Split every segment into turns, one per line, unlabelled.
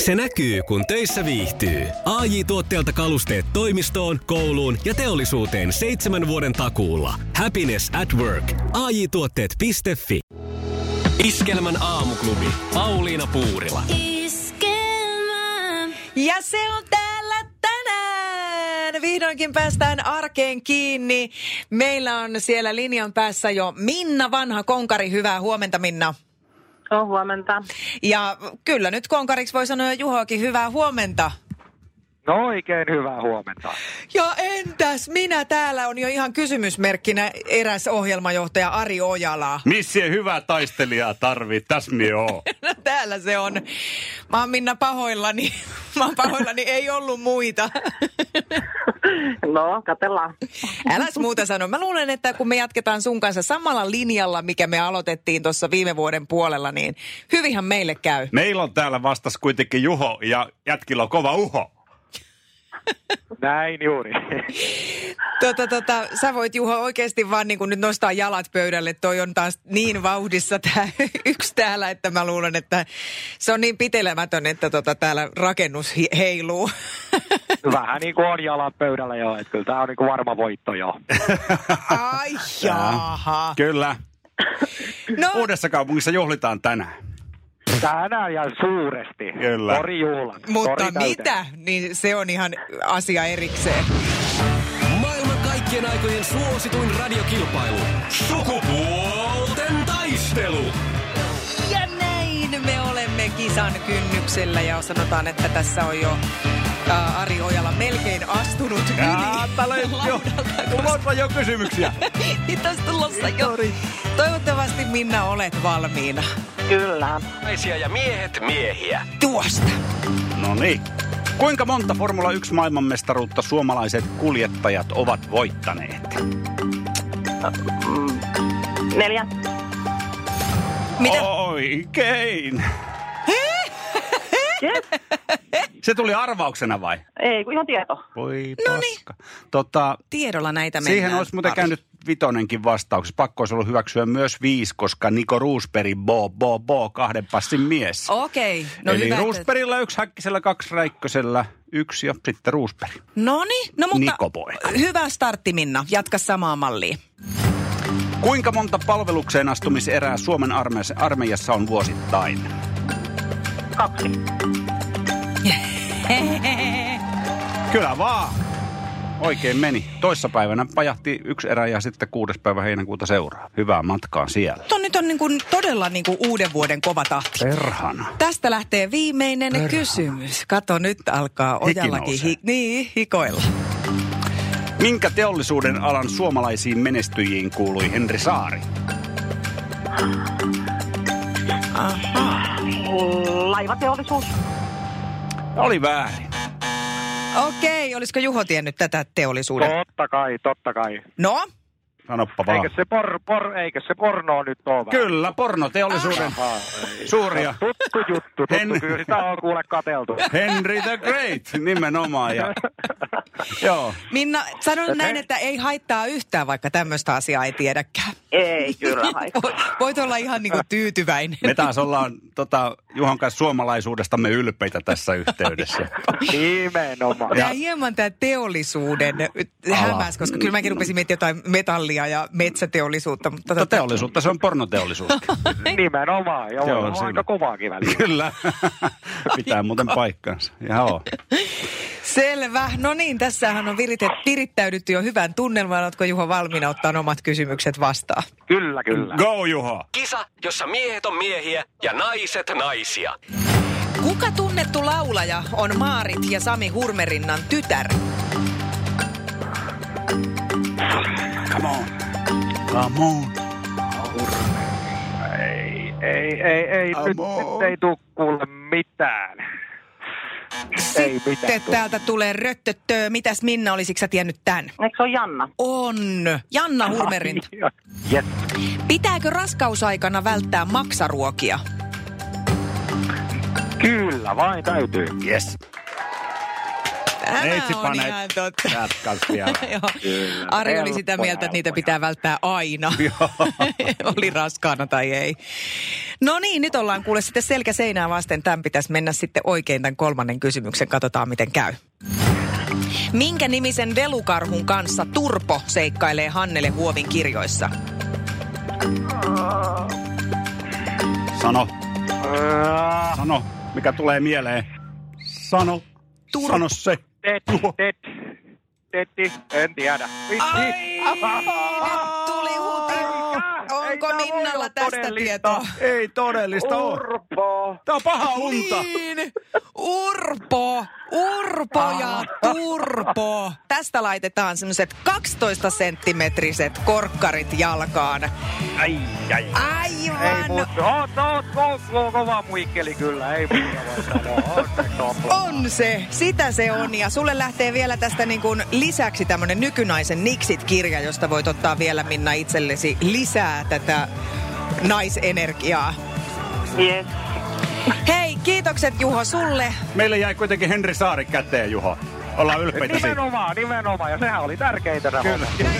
Se näkyy, kun töissä viihtyy. ai tuotteelta kalusteet toimistoon, kouluun ja teollisuuteen seitsemän vuoden takuulla. Happiness at work. ai tuotteetfi Iskelmän aamuklubi. Pauliina Puurila.
Iskelmä.
Ja se on täällä tänään! Vihdoinkin päästään arkeen kiinni. Meillä on siellä linjan päässä jo Minna Vanha Konkari. Hyvää huomenta, Minna.
No, huomenta.
Ja kyllä nyt konkariksi voi sanoa jo Juhoakin hyvää huomenta.
No oikein hyvää huomenta.
Ja entäs minä täällä on jo ihan kysymysmerkkinä eräs ohjelmajohtaja Ari Ojala.
Missä hyvää taistelijaa tarvii, tässä minä oon.
No täällä se on. Mä oon Minna pahoillani. Mä oon pahoillani, ei ollut muita.
No, katellaan.
Äläs muuta sano. Mä luulen, että kun me jatketaan sun kanssa samalla linjalla, mikä me aloitettiin tuossa viime vuoden puolella, niin hyvinhän meille käy.
Meillä on täällä vastas kuitenkin Juho ja jätkillä on kova uho.
Näin juuri.
Tota, tota, sä voit Juho oikeasti vaan niin nyt nostaa jalat pöydälle. Toi on taas niin vauhdissa tää yksi täällä, että mä luulen, että se on niin pitelemätön, että tota, täällä rakennus hi- heiluu.
Vähän niin kuin on jalat pöydällä jo, että kyllä tämä on niin kuin varma voitto jo.
Ai jaha.
Kyllä.
No,
Uudessa kaupungissa juhlitaan tänään.
Tänään ja suuresti.
Kyllä.
Tori juhlat.
mutta
Tori täyteen.
mitä? Niin se on ihan asia erikseen.
Maailman kaikkien aikojen suosituin radiokilpailu. Sukupuolten taistelu.
Ja näin me olemme kisan kynnyksellä ja sanotaan, että tässä on jo ää, Ari Ojala melkein astunut
Jaa, täällä
yli
on jo,
laudalta, koska
tulossa jo kysymyksiä.
niitä olisi Niin tulossa jo. Toivottavasti Minna olet valmiina.
Kyllä.
Naisia ja miehet miehiä.
Tuosta.
No niin. Kuinka monta Formula 1 maailmanmestaruutta suomalaiset kuljettajat ovat voittaneet?
Neljä.
Mitä?
Oikein.
Yes.
Se tuli arvauksena vai?
Ei, kun ihan tieto.
Voi paska. Tota,
Tiedolla näitä mennään.
Siihen olisi muuten
Ari.
käynyt vitonenkin vastauksessa. Pakko olisi ollut hyväksyä myös viisi, koska Niko Ruusperin bo, bo, bo, kahden passin mies.
Okei, no
Eli
hyvä. että-
Ruusperilla yksi häkkisellä, kaksi räikkösellä, yksi ja sitten Ruusperi.
Noniin, no mutta
Niko poika.
hyvä startti Minna, jatka samaa mallia.
Kuinka monta palvelukseen astumiserää Suomen arme- armeijassa on vuosittain?
Kaksi.
Kyllä vaan. Oikein meni. Toissapäivänä pajahti yksi erä ja sitten kuudes päivä heinäkuuta seuraa. Hyvää matkaa siellä.
Tuo nyt on niin kuin todella niin kuin uuden vuoden kova tahti.
Perhana.
Tästä lähtee viimeinen kysymys. Kato, nyt alkaa
Hiki
ojallakin
nousee.
hi- niin, hikoilla.
Minkä teollisuuden alan suomalaisiin menestyjiin kuului Henri Saari?
Laivateollisuus.
Oli väärin.
Okei, olisiko Juho tiennyt tätä teollisuuden?
No.
Totta kai, totta kai.
No,
Sanoppa vaan.
Eikö se, por, por, eikö se porno nyt ole? vähän?
Kyllä, pornoteollisuuden
Ah, ei.
suuria.
Tuttu juttu, tuttu.
En-
Kyllä sitä on kuule kateltu.
Henry the Great, nimenomaan. Ja, joo,
Minna, sanon näin, että ei haittaa yhtään, vaikka tämmöistä asiaa ei tiedäkään.
Ei, kyllä. haittaa.
Voit, voit olla ihan niin kuin tyytyväinen.
me taas ollaan tota, Juhan kanssa suomalaisuudestamme ylpeitä tässä yhteydessä.
Nimenomaan.
Tämä hieman tämä teollisuuden hämäs, koska kyllä mäkin rupesin miettimään jotain metallia ja metsäteollisuutta. Mutta tota,
Mutta Tota, teollisuutta, se on pornoteollisuus.
Nimenomaan. Joo,
Joo,
joo on
siinä.
aika kovaakin väliin.
Kyllä, pitää muuten paikkansa. Joo.
Selvä. No niin, tässähän on viritet, virittäydytty jo hyvään tunnelmaan. Oletko Juho valmiina ottaa omat kysymykset vastaan?
Kyllä, kyllä.
Go Juha!
Kisa, jossa miehet on miehiä ja naiset naisia.
Kuka tunnettu laulaja on Maarit ja Sami Hurmerinnan tytär?
Come on. Come on.
Ei, ei, ei, ei. Nyt,
Amo.
nyt ei tule kuule mitään. Ei mitään.
Sitten täältä tulee röttöttöö. Mitäs Minna, olisitko sä tiennyt tämän?
Eikö se ole Janna?
On. Janna Hurmerinta.
Yes.
Pitääkö raskausaikana välttää maksaruokia?
Kyllä, vain täytyy.
Yes.
Tämä
Neitsi
on
paneet
ihan totta.
Jatkas vielä.
Joo. Ari oli sitä
Helppo,
mieltä, että niitä
helppo.
pitää välttää aina. oli raskaana tai ei. No niin, nyt ollaan kuule sitten selkä seinää vasten. Tämän pitäisi mennä sitten oikein tämän kolmannen kysymyksen. Katsotaan, miten käy. Minkä nimisen velukarhun kanssa Turpo seikkailee Hannele Huovin kirjoissa?
Sano, sano, mikä tulee mieleen. Sano,
Tur-
sano se.
Tetti, tetti, tetti, en tiedä. Vitsi.
Tuli huuti. Onko
Ei tää voi
Minnalla
olla
tästä
todellista.
tietoa?
Ei todellista ole.
Urpo.
Tää on paha unta.
Niin. Urpo, Urpo ja
Ah.
Turpo. Tästä laitetaan semmoset 12 senttimetriset korkkarit jalkaan.
Ai, ai. Ei
Aivan
muuta. Oot, oot, oot, oot, kova muikkeli kyllä. Ei muuta voi sanoa. Onneksi olkoon.
on se, sitä se on. Ja sulle lähtee vielä tästä niin kuin lisäksi tämmönen nykynaisen Niksit-kirja, josta voit ottaa vielä Minna itsellesi lisää tätä naisenergiaa.
Yes.
Hei, kiitokset Juho sulle.
Meille jäi kuitenkin Henri Saari käteen, Juho. Ollaan ylpeitä siitä.
Nimenomaan, nimenomaan. Ja sehän oli tärkeintä. se
Kyllä.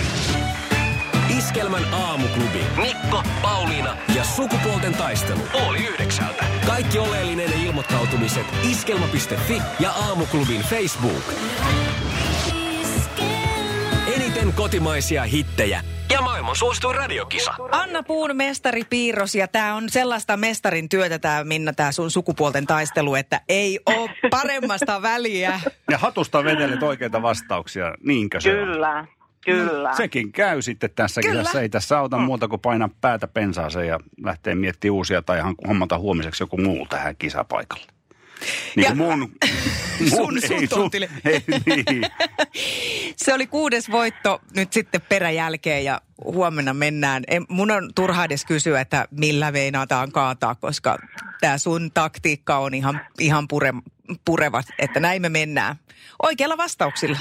Iskelmän aamuklubi. Mikko, Pauliina ja sukupuolten taistelu. Oli yhdeksältä. Kaikki oleellinen ilmoittautumiset iskelma.fi ja aamuklubin Facebook. Eniten kotimaisia hittejä ja maailman suosituin radiokisa.
Anna Puun mestaripiirros ja tämä on sellaista mestarin työtä tämä Minna, tämä sun sukupuolten taistelu, että ei ole paremmasta väliä.
Ja hatusta vedelet oikeita vastauksia, niinkö se on?
Kyllä, kyllä.
Sekin käy sitten tässä
Kyllä. Mm.
kisassa. Ei tässä auta muuta kuin painaa päätä pensaaseen ja lähtee miettimään uusia tai han- hommata huomiseksi joku muu tähän kisapaikalle. Niin
Ja-
kuin mun, mun,
Sun- sun
ei,
tontille.
ei, niin.
Se oli kuudes voitto nyt sitten peräjälkeen ja huomenna mennään. En, mun on turha edes kysyä, että millä meinataan kaataa, koska tämä sun taktiikka on ihan, ihan pure, pureva, että näin me mennään. Oikeilla vastauksilla.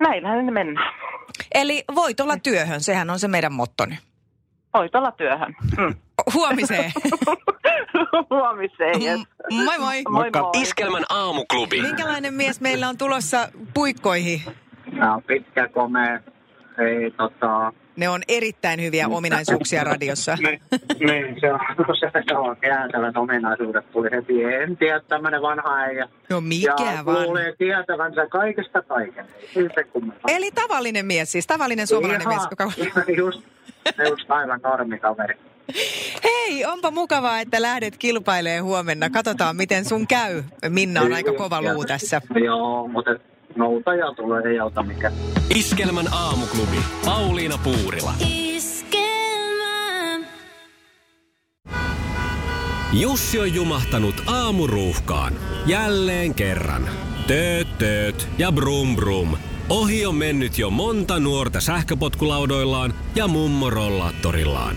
Näillähän ne mennään.
Eli voit olla työhön, sehän on se meidän mottoni.
Voit olla työhön.
Huomiseen.
Huomiseen, yes.
moi moi.
Moi
Moikka.
moi.
Iskelmän aamuklubi.
Minkälainen mies meillä on tulossa puikkoihin?
Tää on pitkä, komea. Ei, tota...
Ne on erittäin hyviä ominaisuuksia radiossa.
Niin, niin, se on se on kääntävät ominaisuudet. Tuli heti, en tiedä, tämmönen vanha äijä.
No
ja
mikä vaan.
luulee tietävänsä kaikesta kaiken. Ei Siltä kummempaa.
Eli tavallinen mies siis, tavallinen suomalainen mies. Joka...
Ihan just, just aivan normikaveri.
Hei, onpa mukavaa, että lähdet kilpailee huomenna. Katsotaan, miten sun käy. Minna on aika kova luu tässä.
Joo, mutta noutaja tulee, ei auta mikään.
Iskelmän aamuklubi. Pauliina Puurila.
Iskelmä.
Jussi on jumahtanut aamuruuhkaan. Jälleen kerran. Tööt, tööt ja brum brum. Ohi on mennyt jo monta nuorta sähköpotkulaudoillaan ja mummorollaattorillaan.